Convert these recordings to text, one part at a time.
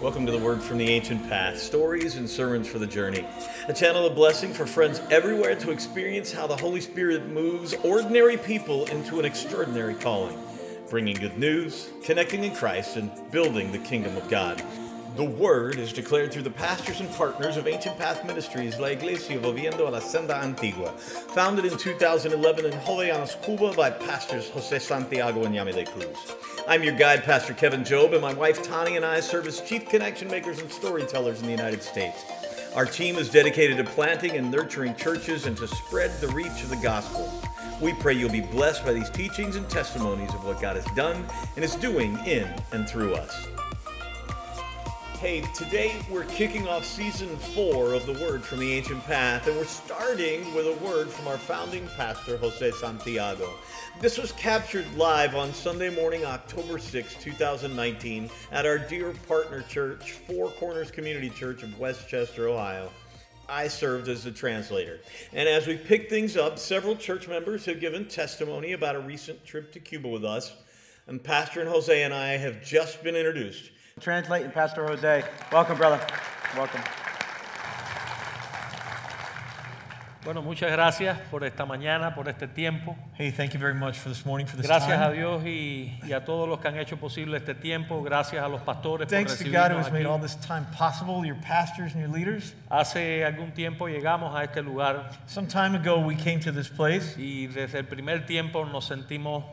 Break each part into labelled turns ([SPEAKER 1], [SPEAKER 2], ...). [SPEAKER 1] Welcome to the Word from the Ancient Path, stories and sermons for the journey. A channel of blessing for friends everywhere to experience how the Holy Spirit moves ordinary people into an extraordinary calling, bringing good news, connecting in Christ, and building the kingdom of God. The Word is declared through the pastors and partners of Ancient Path Ministries, La Iglesia Volviendo a la Senda Antigua, founded in 2011 in Jovellanos, Cuba by pastors Jose Santiago and Yamile Cruz. I'm your guide, Pastor Kevin Job, and my wife Tani and I serve as chief connection makers and storytellers in the United States. Our team is dedicated to planting and nurturing churches and to spread the reach of the gospel. We pray you'll be blessed by these teachings and testimonies of what God has done and is doing in and through us. Hey, today we're kicking off season four of the Word from the Ancient Path, and we're starting with a word from our founding pastor, Jose Santiago. This was captured live on Sunday morning, October 6, 2019, at our dear partner church, Four Corners Community Church of Westchester, Ohio. I served as the translator. And as we pick things up, several church members have given testimony about a recent trip to Cuba with us, and Pastor and Jose and I have just been introduced.
[SPEAKER 2] Translating, Pastor Jose. Welcome, brother. Welcome.
[SPEAKER 3] Bueno, muchas gracias por esta mañana, por este tiempo.
[SPEAKER 4] Hey, thank you very much for this morning, for this
[SPEAKER 3] Gracias a
[SPEAKER 4] time.
[SPEAKER 3] Dios y, y a todos los que han hecho posible este tiempo. Gracias a los pastores por
[SPEAKER 4] Thanks to God who
[SPEAKER 3] recibirnos
[SPEAKER 4] has made all
[SPEAKER 3] aquí.
[SPEAKER 4] this time possible, your pastors and your leaders.
[SPEAKER 3] Hace algún tiempo llegamos a este lugar
[SPEAKER 4] Some time ago, we came to this place,
[SPEAKER 3] y desde el primer tiempo nos sentimos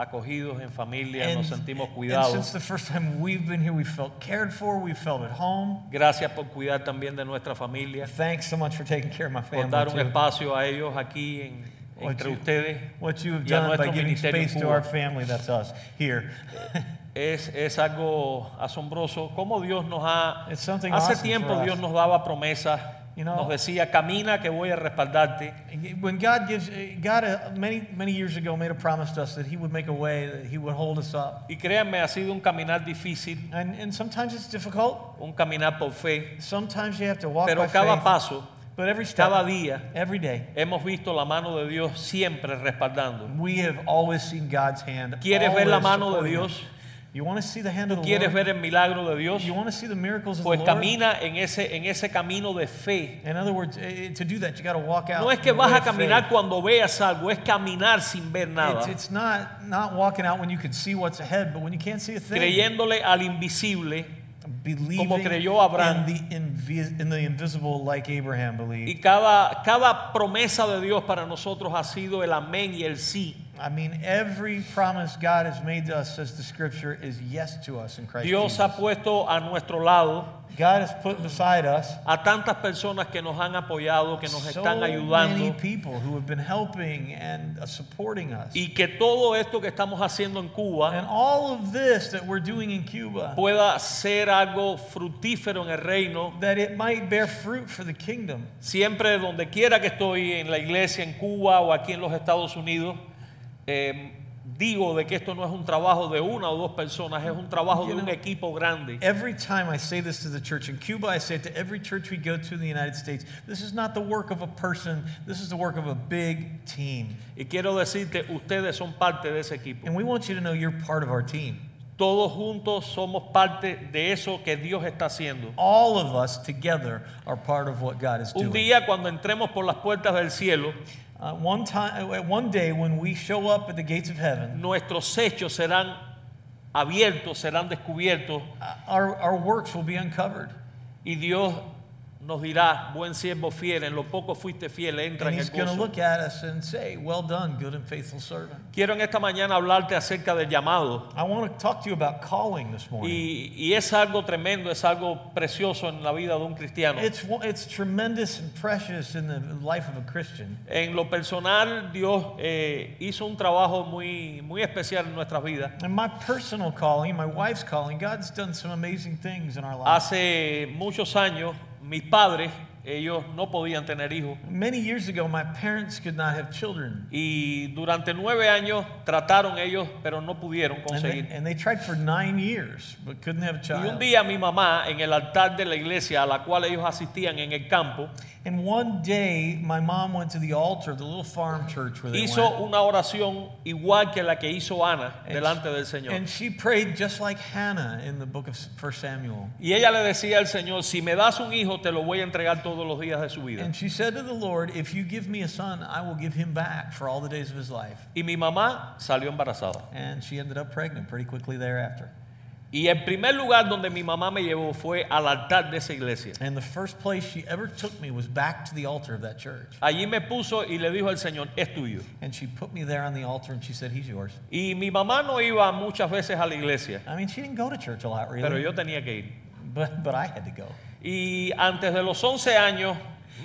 [SPEAKER 3] acogidos en familia,
[SPEAKER 4] and,
[SPEAKER 3] nos sentimos
[SPEAKER 4] and since
[SPEAKER 3] cuidados.
[SPEAKER 4] the first time we've been here, we felt cared for, we felt at home.
[SPEAKER 3] Gracias por cuidar también de nuestra familia,
[SPEAKER 4] Thanks so much for taking care of my
[SPEAKER 3] por dar un
[SPEAKER 4] family. Too.
[SPEAKER 3] espacio a ellos aquí en-
[SPEAKER 4] What
[SPEAKER 3] entre
[SPEAKER 4] you-
[SPEAKER 3] ustedes.
[SPEAKER 4] What you have
[SPEAKER 3] y a
[SPEAKER 4] done by
[SPEAKER 3] nuestro
[SPEAKER 4] giving
[SPEAKER 3] ministerio en
[SPEAKER 4] space to
[SPEAKER 3] Cuba.
[SPEAKER 4] our family, that's us, here.
[SPEAKER 3] Es, es algo asombroso cómo Dios nos ha...
[SPEAKER 4] It's something
[SPEAKER 3] Hace
[SPEAKER 4] awesome
[SPEAKER 3] tiempo
[SPEAKER 4] for us.
[SPEAKER 3] Dios nos daba promesas,
[SPEAKER 4] You know-
[SPEAKER 3] nos decía, camina que voy a respaldarte.
[SPEAKER 4] When God gives, God uh, many, many years ago made a promise to us that He would make a way, that He would hold us up.
[SPEAKER 3] Y créanme, ha sido un caminar difícil,
[SPEAKER 4] And, and sometimes it's difficult.
[SPEAKER 3] un caminar por fe,
[SPEAKER 4] Sometimes you have to walk
[SPEAKER 3] pero
[SPEAKER 4] by
[SPEAKER 3] cada
[SPEAKER 4] faith.
[SPEAKER 3] paso,
[SPEAKER 4] But every step,
[SPEAKER 3] cada día,
[SPEAKER 4] every day,
[SPEAKER 3] hemos visto la mano de Dios siempre respaldando.
[SPEAKER 4] we have always seen God's hand.
[SPEAKER 3] ¿Quieres ver la
[SPEAKER 4] always
[SPEAKER 3] mano de
[SPEAKER 4] supporting us.
[SPEAKER 3] Dios?
[SPEAKER 4] You want to see the hand of the
[SPEAKER 3] ¿Quieres
[SPEAKER 4] Lord?
[SPEAKER 3] ver el milagro de Dios?
[SPEAKER 4] You want to see the miracles of
[SPEAKER 3] Pues
[SPEAKER 4] the Lord?
[SPEAKER 3] camina en ese, en ese camino de fe.
[SPEAKER 4] In other words, eh, to do that, you got to walk out.
[SPEAKER 3] No es que
[SPEAKER 4] in the way
[SPEAKER 3] vas a
[SPEAKER 4] of faith.
[SPEAKER 3] caminar cuando veas algo, es caminar sin ver nada.
[SPEAKER 4] It's, it's not not walking out when you can see what's ahead, but when you can't see a thing.
[SPEAKER 3] creyéndole al invisible
[SPEAKER 4] believing
[SPEAKER 3] como creyó Abraham.
[SPEAKER 4] in the invi- in the invisible, like Abraham believed.
[SPEAKER 3] Y cada, cada promesa de Dios para nosotros ha sido el amén y el sí.
[SPEAKER 4] I mean, every promise God has made to us, says the Scripture, is yes to us in Christ
[SPEAKER 3] Dios
[SPEAKER 4] Jesus.
[SPEAKER 3] ha puesto a nuestro lado
[SPEAKER 4] God has put beside us
[SPEAKER 3] a tantas personas que nos han apoyado, que nos
[SPEAKER 4] so
[SPEAKER 3] están
[SPEAKER 4] many
[SPEAKER 3] ayudando
[SPEAKER 4] people who have been helping and uh, supporting us.
[SPEAKER 3] y que todo esto que estamos haciendo en Cuba
[SPEAKER 4] And all of this that we're doing in Cuba,
[SPEAKER 3] pueda ser algo fructífero en el reino.
[SPEAKER 4] that it might bear fruit for the kingdom.
[SPEAKER 3] Siempre, donde quiera que estoy, en la iglesia, en Cuba o aquí en los Estados Unidos, eh, digo de que esto no es un trabajo de una o dos personas, es un trabajo de un equipo grande.
[SPEAKER 4] Every time I say this to the church in Cuba, I say it to every church we go to in the United States. This is not the work of a person, this is the work of a big team.
[SPEAKER 3] Y quiero decirte, ustedes son parte de ese equipo.
[SPEAKER 4] And we want you to know you're part of our team.
[SPEAKER 3] Todos juntos somos parte de eso que Dios está haciendo.
[SPEAKER 4] All of us together are part of what God is
[SPEAKER 3] Un
[SPEAKER 4] doing.
[SPEAKER 3] día cuando entremos por las puertas del cielo,
[SPEAKER 4] Uh, one time, uh, one day when we show up at the gates of heaven,
[SPEAKER 3] nuestros hechos serán abiertos, serán descubiertos
[SPEAKER 4] uh, our, our works will be uncovered.
[SPEAKER 3] y Dios nos dirá, buen siervo fiel, en lo poco fuiste fiel, entra
[SPEAKER 4] And
[SPEAKER 3] en
[SPEAKER 4] he's
[SPEAKER 3] el
[SPEAKER 4] going to
[SPEAKER 3] gozo.
[SPEAKER 4] look at us and say, Well done, good and faithful servant.
[SPEAKER 3] Quiero en esta mañana hablarte acerca del llamado
[SPEAKER 4] I want to talk to you about calling this morning.
[SPEAKER 3] y, y es algo tremendo, es algo precioso en la vida de un cristiano.
[SPEAKER 4] It's, one- it's tremendous and precious in the life of a Christian.
[SPEAKER 3] En lo personal, Dios eh, hizo un trabajo muy, muy especial en nuestras vidas.
[SPEAKER 4] And my personal calling, my wife's calling, God's done some amazing things in our lives.
[SPEAKER 3] Hace muchos años, mis padres Ellos no podían tener hijos.
[SPEAKER 4] Many years ago, my parents could not have children.
[SPEAKER 3] Y durante nueve años trataron ellos, pero no pudieron
[SPEAKER 4] And they,
[SPEAKER 3] conseguir.
[SPEAKER 4] and they tried for nine years, but couldn't have a
[SPEAKER 3] Y un
[SPEAKER 4] child.
[SPEAKER 3] día mi mamá, en el altar de la iglesia a la cual ellos asistían en el campo,
[SPEAKER 4] And one day, my mom went to the altar, the little farm church where they
[SPEAKER 3] hizo
[SPEAKER 4] went.
[SPEAKER 3] una oración igual que la que hizo Ana
[SPEAKER 4] And
[SPEAKER 3] delante
[SPEAKER 4] she-
[SPEAKER 3] del Señor.
[SPEAKER 4] And she prayed just like Hannah in the book of 1 Samuel.
[SPEAKER 3] Y ella le decía al Señor, si me das un hijo, te lo voy a entregar todos los días de su vida.
[SPEAKER 4] And she said to the Lord, If you give me a son, I will give him back for all the days of his life.
[SPEAKER 3] Y mi mamá salió embarazada.
[SPEAKER 4] And she ended up pregnant pretty quickly thereafter.
[SPEAKER 3] Y el primer lugar donde mi mamá me llevó fue al altar de esa iglesia.
[SPEAKER 4] And the first place she ever took me was back to the altar of that church.
[SPEAKER 3] Allí me puso y le dijo al Señor, es tuyo.
[SPEAKER 4] And she put me there on the altar and she said, He's yours.
[SPEAKER 3] Y mi mamá no iba muchas veces a la iglesia,
[SPEAKER 4] I mean, she didn't go to church a lot,
[SPEAKER 3] pero
[SPEAKER 4] really.
[SPEAKER 3] yo tenía que ir.
[SPEAKER 4] But, but I had to go.
[SPEAKER 3] Y antes de los 11 años,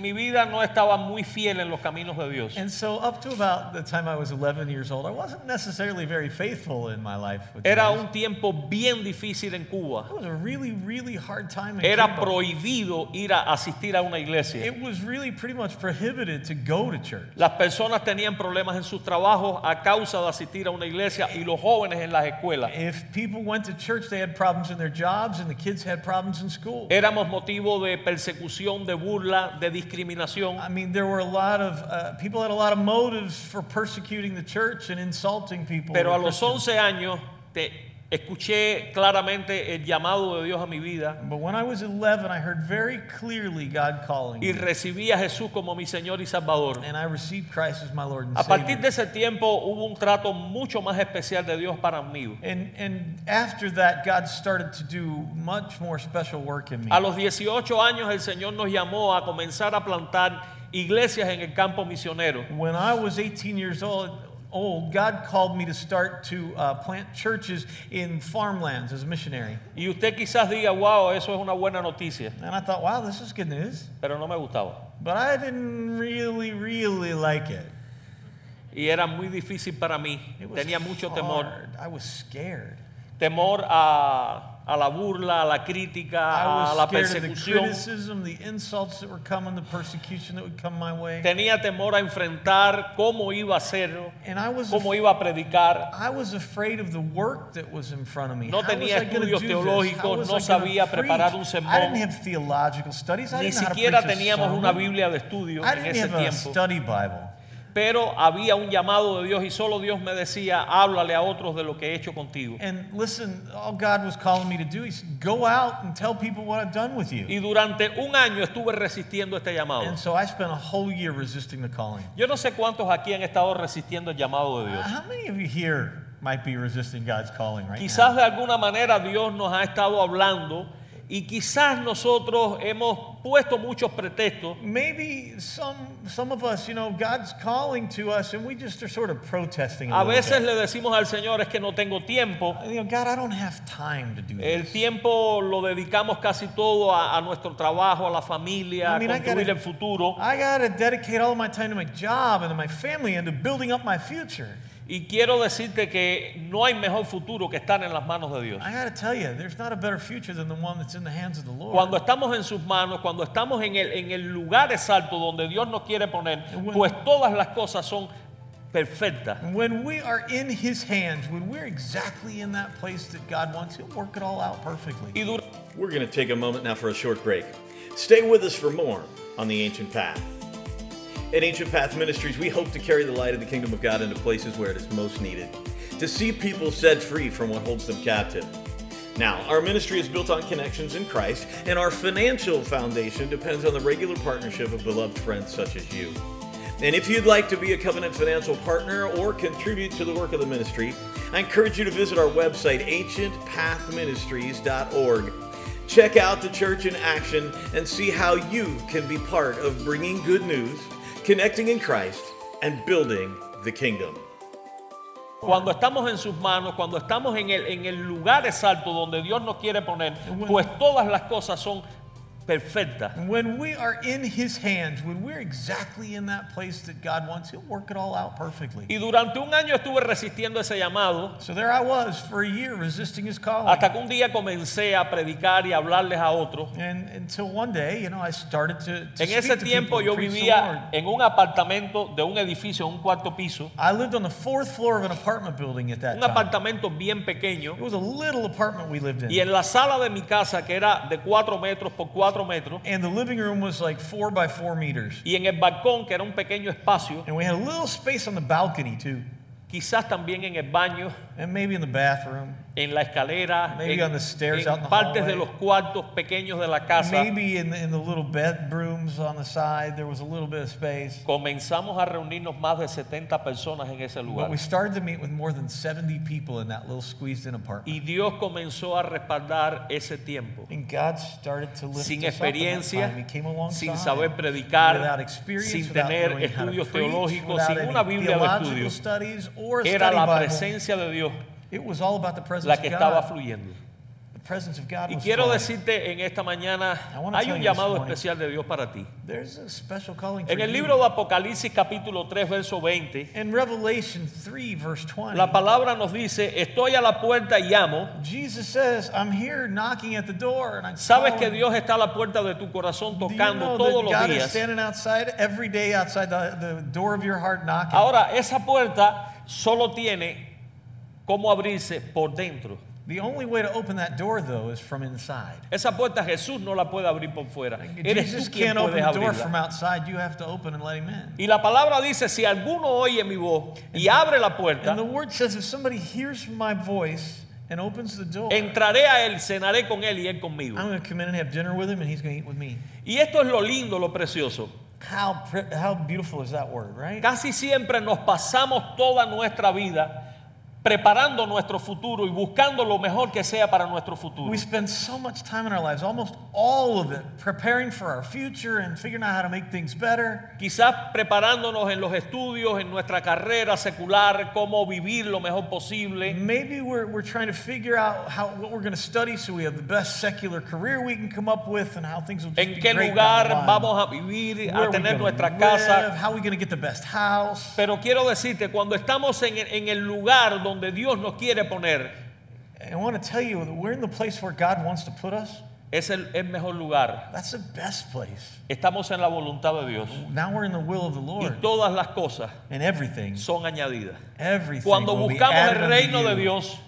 [SPEAKER 3] mi vida no estaba muy fiel en los caminos de Dios.
[SPEAKER 4] And so, up to about the time I was 11 years old, I wasn't necessarily very faithful in my life. With the
[SPEAKER 3] Era
[SPEAKER 4] Lord.
[SPEAKER 3] un tiempo bien difícil en Cuba.
[SPEAKER 4] It was a really, really hard time. In
[SPEAKER 3] Era
[SPEAKER 4] Cuba.
[SPEAKER 3] prohibido ir a asistir a una iglesia.
[SPEAKER 4] It was really pretty much prohibited to go to church.
[SPEAKER 3] Las personas tenían problemas en sus trabajos a causa de asistir a una iglesia y los jóvenes en las escuelas.
[SPEAKER 4] If people went to church, they had problems in their jobs, and the kids had problems in school.
[SPEAKER 3] Éramos motivo de persecución, de burla, de discriminación.
[SPEAKER 4] I mean, there were a lot of uh, people had a lot of motives for persecuting the church and insulting people.
[SPEAKER 3] Pero
[SPEAKER 4] who
[SPEAKER 3] a
[SPEAKER 4] were
[SPEAKER 3] los
[SPEAKER 4] Christians.
[SPEAKER 3] 11 años te escuché claramente el llamado de Dios a mi vida
[SPEAKER 4] But when I was 11, I heard very clearly God calling
[SPEAKER 3] y
[SPEAKER 4] me,
[SPEAKER 3] recibí a Jesús como mi Señor y Salvador.
[SPEAKER 4] and I received Christ as my Lord and
[SPEAKER 3] A partir
[SPEAKER 4] Savior.
[SPEAKER 3] de ese tiempo hubo un trato mucho más especial de Dios para mí.
[SPEAKER 4] And and after that, God started to do much more special work in me.
[SPEAKER 3] A los 18 años el Señor nos llamó a comenzar a plantar iglesias en el campo misionero.
[SPEAKER 4] When I was 18 years old, old God called me to start to uh, plant churches in farmlands as a missionary.
[SPEAKER 3] Y usted quizás diga, wow, eso es una buena noticia,
[SPEAKER 4] And I thought, wow, this is good news.
[SPEAKER 3] pero no me gustaba.
[SPEAKER 4] But I didn't really, really like it.
[SPEAKER 3] Y era muy difícil para mí.
[SPEAKER 4] It was
[SPEAKER 3] Tenía mucho temor.
[SPEAKER 4] hard. I was scared.
[SPEAKER 3] Temor a, a la burla, a la crítica,
[SPEAKER 4] I
[SPEAKER 3] a la
[SPEAKER 4] was scared of the
[SPEAKER 3] persecución.
[SPEAKER 4] criticism, the insults that were coming, the persecution that would come my way.
[SPEAKER 3] Tenía temor a enfrentar cómo iba a hacerlo,
[SPEAKER 4] And I was,
[SPEAKER 3] cómo
[SPEAKER 4] af-
[SPEAKER 3] iba a predicar.
[SPEAKER 4] I was afraid of the work that was in front of me.
[SPEAKER 3] No
[SPEAKER 4] How was
[SPEAKER 3] tenía
[SPEAKER 4] I gonna
[SPEAKER 3] estudios
[SPEAKER 4] do this? How
[SPEAKER 3] teológicos,
[SPEAKER 4] was
[SPEAKER 3] no
[SPEAKER 4] I gonna
[SPEAKER 3] sabía
[SPEAKER 4] preach?
[SPEAKER 3] preparar un
[SPEAKER 4] I didn't
[SPEAKER 3] sermón.
[SPEAKER 4] have theological studies. I
[SPEAKER 3] Ni
[SPEAKER 4] didn't know how to
[SPEAKER 3] siquiera
[SPEAKER 4] preach a
[SPEAKER 3] teníamos una
[SPEAKER 4] sermon.
[SPEAKER 3] Biblia de estudio
[SPEAKER 4] I
[SPEAKER 3] en
[SPEAKER 4] didn't
[SPEAKER 3] ese
[SPEAKER 4] have a
[SPEAKER 3] tiempo.
[SPEAKER 4] study Bible.
[SPEAKER 3] Pero había un llamado de Dios y solo Dios me decía, háblale a otros de lo que he hecho contigo.
[SPEAKER 4] And listen, all God was calling me to do, He said, go out and tell people what I've done with you.
[SPEAKER 3] Y durante un año estuve resistiendo este llamado.
[SPEAKER 4] And so I spent a whole year resisting the calling.
[SPEAKER 3] Yo no sé cuántos aquí han estado resistiendo el llamado de Dios.
[SPEAKER 4] How many of you here might be resisting God's calling right
[SPEAKER 3] Quizás de alguna manera Dios nos ha estado hablando y quizás nosotros hemos puesto muchos pretextos
[SPEAKER 4] now? Maybe some some of us, you know, God's calling to us, and we just are sort of protesting. A
[SPEAKER 3] A
[SPEAKER 4] little
[SPEAKER 3] veces
[SPEAKER 4] bit.
[SPEAKER 3] le decimos al Señor es que no tengo tiempo.
[SPEAKER 4] you know, God, I don't have time to do
[SPEAKER 3] El
[SPEAKER 4] this.
[SPEAKER 3] tiempo lo dedicamos casi todo a, a nuestro trabajo, a la familia, a
[SPEAKER 4] I mean, I
[SPEAKER 3] construir
[SPEAKER 4] gotta-
[SPEAKER 3] el futuro.
[SPEAKER 4] I gotta dedicate all my time to my job and to my family and to building up my future.
[SPEAKER 3] Y quiero decirte que no hay mejor futuro que estar en las manos de Dios.
[SPEAKER 4] I gotta tell you, there's not a better future than the one that's in the hands of the Lord.
[SPEAKER 3] Cuando estamos en sus manos, cuando estamos en el, en el lugar exacto donde Dios nos quiere poner,
[SPEAKER 4] Bueno.
[SPEAKER 3] pues todas las cosas son perfectas.
[SPEAKER 4] When we are in His hands, when we're exactly in that place that God wants, He'll work it all out perfectly.
[SPEAKER 3] Y durante
[SPEAKER 1] We're going to take a moment now for a short break. Stay with us for more on The Ancient Path. At Ancient Path Ministries, we hope to carry the light of the kingdom of God into places where it is most needed, to see people set free from what holds them captive. Now, our ministry is built on connections in Christ, and our financial foundation depends on the regular partnership of beloved friends such as you. And if you'd like to be a covenant financial partner or contribute to the work of the ministry, I encourage you to visit our website, ancientpathministries.org. Check out the church in action and see how you can be part of bringing good news, connecting in Christ, and building the kingdom.
[SPEAKER 3] Cuando estamos en sus manos, cuando estamos en el, en el lugar exacto donde Dios nos quiere poner, pues todas las cosas son perfecta.
[SPEAKER 4] And when we are in His hands, when we're exactly in that place that God wants, He'll work it all out perfectly.
[SPEAKER 3] Y durante un año estuve resistiendo ese llamado
[SPEAKER 4] So there I was for a year resisting His calling.
[SPEAKER 3] hasta que un día comencé a predicar y a hablarles a otros.
[SPEAKER 4] And until one day, you know, I started to, to
[SPEAKER 3] En
[SPEAKER 4] speak
[SPEAKER 3] ese
[SPEAKER 4] to people
[SPEAKER 3] tiempo
[SPEAKER 4] and
[SPEAKER 3] yo
[SPEAKER 4] preach the
[SPEAKER 3] vivía
[SPEAKER 4] Lord.
[SPEAKER 3] en un apartamento de un edificio, un cuarto piso,
[SPEAKER 4] I lived on the fourth floor of an apartment building at that
[SPEAKER 3] un
[SPEAKER 4] time.
[SPEAKER 3] apartamento bien pequeño.
[SPEAKER 4] It was a little apartment we lived in.
[SPEAKER 3] Y en la sala de mi casa, que era de 4 metros por 4 metros,
[SPEAKER 4] And the living room was like four by four meters.
[SPEAKER 3] y en el balcón, que era un pequeño espacio,
[SPEAKER 4] And we had a little space on the balcony too.
[SPEAKER 3] quizás también en el baño,
[SPEAKER 4] And maybe in the bathroom.
[SPEAKER 3] en la escalera,
[SPEAKER 4] Maybe
[SPEAKER 3] en,
[SPEAKER 4] on the stairs,
[SPEAKER 3] en
[SPEAKER 4] out in the
[SPEAKER 3] partes
[SPEAKER 4] hallway.
[SPEAKER 3] de los cuartos pequeños de la casa,
[SPEAKER 4] Maybe in the, in the little bedrooms on the side, there was a little bit of space.
[SPEAKER 3] comenzamos a reunirnos más de 70 personas en ese
[SPEAKER 4] But
[SPEAKER 3] lugar.
[SPEAKER 4] we started to meet with more than 70 people in that little squeezed in apartment.
[SPEAKER 3] Y Dios comenzó a respaldar ese tiempo.
[SPEAKER 4] And God started to lift
[SPEAKER 3] Sin
[SPEAKER 4] us up in that
[SPEAKER 3] experiencia,
[SPEAKER 4] time. He came alongside.
[SPEAKER 3] sin saber
[SPEAKER 4] Without
[SPEAKER 3] predicar,
[SPEAKER 4] experience,
[SPEAKER 3] sin
[SPEAKER 4] without
[SPEAKER 3] tener
[SPEAKER 4] knowing how to
[SPEAKER 3] estudios
[SPEAKER 4] preach,
[SPEAKER 3] teológicos,
[SPEAKER 4] without
[SPEAKER 3] sin
[SPEAKER 4] any
[SPEAKER 3] una Biblia de
[SPEAKER 4] theological
[SPEAKER 3] estudio.
[SPEAKER 4] studies or a
[SPEAKER 3] Era
[SPEAKER 4] study
[SPEAKER 3] la
[SPEAKER 4] Bible.
[SPEAKER 3] presencia de Dios
[SPEAKER 4] It was all about the presence
[SPEAKER 3] la que
[SPEAKER 4] of
[SPEAKER 3] estaba
[SPEAKER 4] God.
[SPEAKER 3] fluyendo.
[SPEAKER 4] The presence of God
[SPEAKER 3] Y
[SPEAKER 4] was
[SPEAKER 3] quiero
[SPEAKER 4] flowing.
[SPEAKER 3] decirte en esta
[SPEAKER 4] I
[SPEAKER 3] mañana,
[SPEAKER 4] wanna
[SPEAKER 3] hay
[SPEAKER 4] tell
[SPEAKER 3] un
[SPEAKER 4] you this
[SPEAKER 3] llamado
[SPEAKER 4] morning.
[SPEAKER 3] especial de Dios para ti.
[SPEAKER 4] There's a special calling for
[SPEAKER 3] En el
[SPEAKER 4] you.
[SPEAKER 3] libro de Apocalipsis capítulo 3, verso 20,
[SPEAKER 4] In Revelation 3, verse 20,
[SPEAKER 3] la palabra nos dice, estoy a la puerta y llamo.
[SPEAKER 4] Jesus says, I'm here knocking at the door and I'm
[SPEAKER 3] Sabes que
[SPEAKER 4] calling."
[SPEAKER 3] Dios está a la puerta de tu corazón
[SPEAKER 4] Do you know
[SPEAKER 3] tocando
[SPEAKER 4] that
[SPEAKER 3] todos los
[SPEAKER 4] God is
[SPEAKER 3] días.
[SPEAKER 4] standing outside every day outside the, the door of your heart knocking?
[SPEAKER 3] Ahora, esa puerta solo tiene cómo abrirse por dentro.
[SPEAKER 4] The only way to open that door, though, is from inside.
[SPEAKER 3] Esa puerta Jesús no la puede abrir por fuera. Eres
[SPEAKER 4] Jesus
[SPEAKER 3] tú quien
[SPEAKER 4] can't open
[SPEAKER 3] puedes
[SPEAKER 4] the door from
[SPEAKER 3] abrirla.
[SPEAKER 4] outside. You have to open and let him in.
[SPEAKER 3] Y la palabra dice, si alguno oye mi voz y abre la puerta,
[SPEAKER 4] And the word says, if somebody hears my voice and opens the door,
[SPEAKER 3] entraré a él, cenaré con él y él conmigo.
[SPEAKER 4] I'm going to come in and have dinner with him, and he's going to eat with me.
[SPEAKER 3] Y esto es lo lindo, lo precioso.
[SPEAKER 4] How pre- how beautiful is that word, right?
[SPEAKER 3] Casi siempre nos pasamos toda nuestra vida preparando nuestro futuro y buscando lo mejor que sea para nuestro futuro.
[SPEAKER 4] We spend so much time in our lives, almost all of it, preparing for our future and figuring out how to make things better.
[SPEAKER 3] Quizás preparándonos en los estudios, en nuestra carrera secular, cómo vivir lo mejor posible.
[SPEAKER 4] Maybe we're, we're trying to figure out how, what we're going to study so we have the best secular career we can come up with and how things will just
[SPEAKER 3] En
[SPEAKER 4] be
[SPEAKER 3] qué
[SPEAKER 4] great down
[SPEAKER 3] lugar
[SPEAKER 4] the line.
[SPEAKER 3] vamos a vivir,
[SPEAKER 4] Where
[SPEAKER 3] a
[SPEAKER 4] we
[SPEAKER 3] tener
[SPEAKER 4] gonna
[SPEAKER 3] nuestra
[SPEAKER 4] live,
[SPEAKER 3] casa.
[SPEAKER 4] How are we going to get the best house?
[SPEAKER 3] Pero quiero decirte, cuando estamos en, en el lugar donde Dios nos quiere poner,
[SPEAKER 4] And I want to tell you that we're in the place where God wants to put us.
[SPEAKER 3] es el, el mejor lugar.
[SPEAKER 4] That's the best place.
[SPEAKER 3] Estamos en la voluntad de Dios.
[SPEAKER 4] Now we're in the will of the
[SPEAKER 3] Y
[SPEAKER 4] Lord.
[SPEAKER 3] todas las cosas
[SPEAKER 4] And everything,
[SPEAKER 3] son añadidas.
[SPEAKER 4] everything
[SPEAKER 3] Cuando
[SPEAKER 4] will be
[SPEAKER 3] buscamos
[SPEAKER 4] added
[SPEAKER 3] el
[SPEAKER 4] unto
[SPEAKER 3] reino de
[SPEAKER 4] you.
[SPEAKER 3] Dios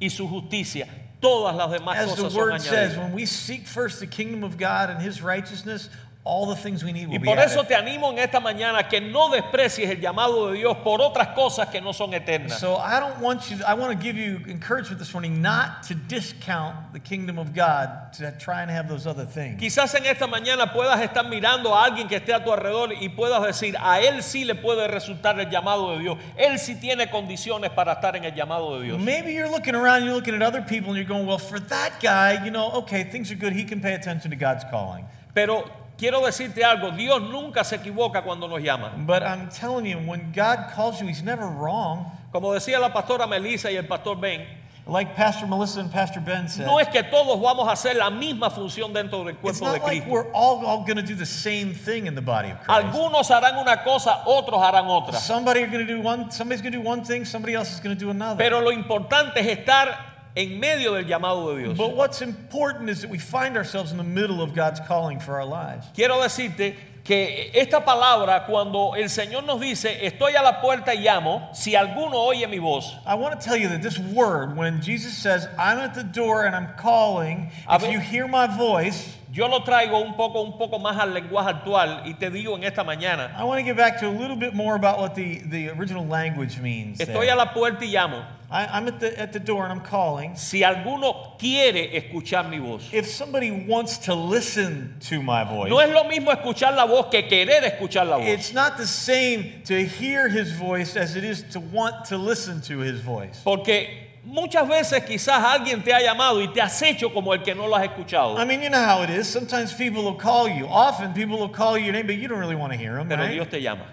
[SPEAKER 3] y su justicia, todas las demás
[SPEAKER 4] As the
[SPEAKER 3] cosas son
[SPEAKER 4] word says,
[SPEAKER 3] añadidas.
[SPEAKER 4] when we seek first the kingdom of God and his righteousness, all the things we need will
[SPEAKER 3] Y
[SPEAKER 4] be
[SPEAKER 3] por eso
[SPEAKER 4] added.
[SPEAKER 3] te animo en esta mañana que no desprecies el llamado de Dios por otras cosas que no son eternas.
[SPEAKER 4] So I don't want you, I want to give you encouragement this morning not to discount the kingdom of God to try and have those other things.
[SPEAKER 3] Quizás en esta mañana puedas estar mirando a alguien que esté a tu alrededor y puedas decir, a él sí le puede resultar el llamado de Dios. Él sí tiene condiciones para estar en el llamado de Dios.
[SPEAKER 4] Maybe you're looking around, you're looking at other people, and you're going, well, for that guy, you know, okay, things are good. He can pay attention to God's calling.
[SPEAKER 3] Pero quiero decirte algo, Dios nunca se equivoca cuando nos llama.
[SPEAKER 4] But I'm telling you, when God calls you, he's never wrong.
[SPEAKER 3] Como decía la pastora Melissa y el pastor Ben,
[SPEAKER 4] Like Pastor Melissa and Pastor Ben said,
[SPEAKER 3] no es que todos vamos a hacer la misma función dentro del
[SPEAKER 4] it's
[SPEAKER 3] cuerpo de
[SPEAKER 4] not like
[SPEAKER 3] Cristo.
[SPEAKER 4] we're all, all going to do the same thing in the body of Christ.
[SPEAKER 3] Algunos harán una cosa, otros harán otra.
[SPEAKER 4] Somebody are going to do one. Somebody's going to do one thing. Somebody else is going to do another.
[SPEAKER 3] Pero lo importante es estar en medio del llamado de Dios.
[SPEAKER 4] but what's important is that we find ourselves in the middle of God's calling for our lives.
[SPEAKER 3] Quiero decirte que esta palabra, cuando el Señor nos dice, estoy a la puerta y llamo, si alguno oye mi voz,
[SPEAKER 4] I want to tell you that this word, when Jesus says, "I'm at the door and I'm calling,"
[SPEAKER 3] A
[SPEAKER 4] if
[SPEAKER 3] ver-
[SPEAKER 4] you hear my voice,
[SPEAKER 3] yo lo traigo un poco, un poco más al lenguaje actual y te digo en esta mañana,
[SPEAKER 4] I want to get back to a little bit more about what the, the original language means. there.
[SPEAKER 3] estoy a la puerta y llamo,
[SPEAKER 4] I, I'm at the at the door and I'm calling.
[SPEAKER 3] si alguno quiere escuchar mi voz.
[SPEAKER 4] If somebody wants to listen to my voice,
[SPEAKER 3] No es lo mismo escuchar la voz que querer escuchar la voz.
[SPEAKER 4] it's not the same to hear his voice as it is to want to listen to his voice.
[SPEAKER 3] Porque muchas veces quizás alguien te ha llamado y te has hecho como el que no lo has escuchado.
[SPEAKER 4] I mean, you know how it is. Sometimes people will call you. Often people will call your name, but you don't really want to hear them,
[SPEAKER 3] Pero
[SPEAKER 4] right?
[SPEAKER 3] Dios te llama.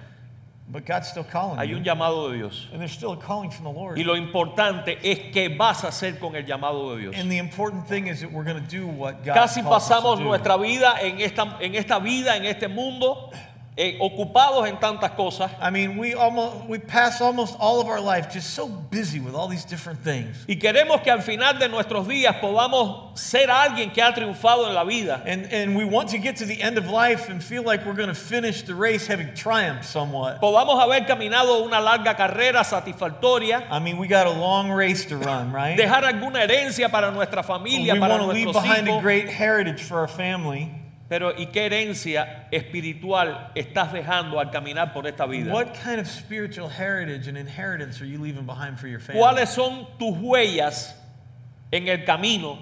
[SPEAKER 4] But God's still calling
[SPEAKER 3] Hay
[SPEAKER 4] you.
[SPEAKER 3] un llamado de Dios.
[SPEAKER 4] And there's still a calling from the Lord.
[SPEAKER 3] Y lo importante es qué vas a hacer con el llamado de Dios.
[SPEAKER 4] And the important thing is that we're going to do what God
[SPEAKER 3] Casi
[SPEAKER 4] calls us to
[SPEAKER 3] pasamos
[SPEAKER 4] do.
[SPEAKER 3] nuestra vida en esta, en esta vida, en este mundo, eh, ocupados en tantas cosas.
[SPEAKER 4] I mean, we almost we pass almost all of our life just so busy with all these different things.
[SPEAKER 3] Y queremos que al final de nuestros días podamos ser alguien que ha triunfado en la vida.
[SPEAKER 4] And and we want to get to the end of life and feel like we're going to finish the race having triumphed somewhat.
[SPEAKER 3] Podamos haber caminado una larga carrera satisfactoria,
[SPEAKER 4] I mean, we got a long race to run, right?
[SPEAKER 3] dejar alguna herencia para nuestra
[SPEAKER 4] we
[SPEAKER 3] familia, para
[SPEAKER 4] want to leave
[SPEAKER 3] nuestros
[SPEAKER 4] behind a
[SPEAKER 3] hijos.
[SPEAKER 4] great heritage for our family.
[SPEAKER 3] Pero ¿y qué herencia espiritual estás dejando al caminar por esta vida?
[SPEAKER 4] What kind of spiritual heritage and inheritance are you leaving behind for your family?
[SPEAKER 3] ¿Cuáles son tus huellas en el camino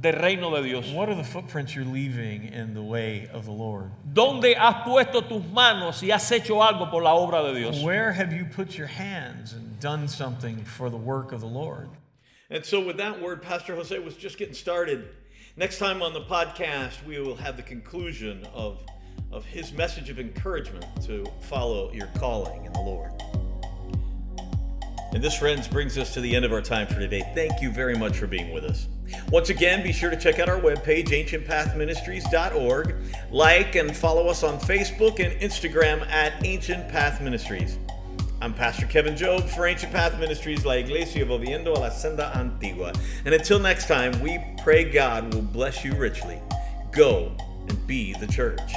[SPEAKER 3] del reino de Dios?
[SPEAKER 4] What are the footprints you're leaving in the way of the Lord?
[SPEAKER 3] ¿Dónde has puesto tus manos y has hecho algo por la obra de Dios?
[SPEAKER 4] Where have you put your hands and done something for the work of the Lord?
[SPEAKER 1] And so, with that word, Pastor Jose was just getting started. Next time on the podcast, we will have the conclusion of, of his message of encouragement to follow your calling in the Lord. And this, friends, brings us to the end of our time for today. Thank you very much for being with us. Once again, be sure to check out our webpage, ancientpathministries.org. Like and follow us on Facebook and Instagram at Ancient Path Ministries. I'm Pastor Kevin Job for Ancient Path Ministries, La Iglesia Volviendo a la Senda Antigua. And until next time, we pray God will bless you richly. Go and be the church.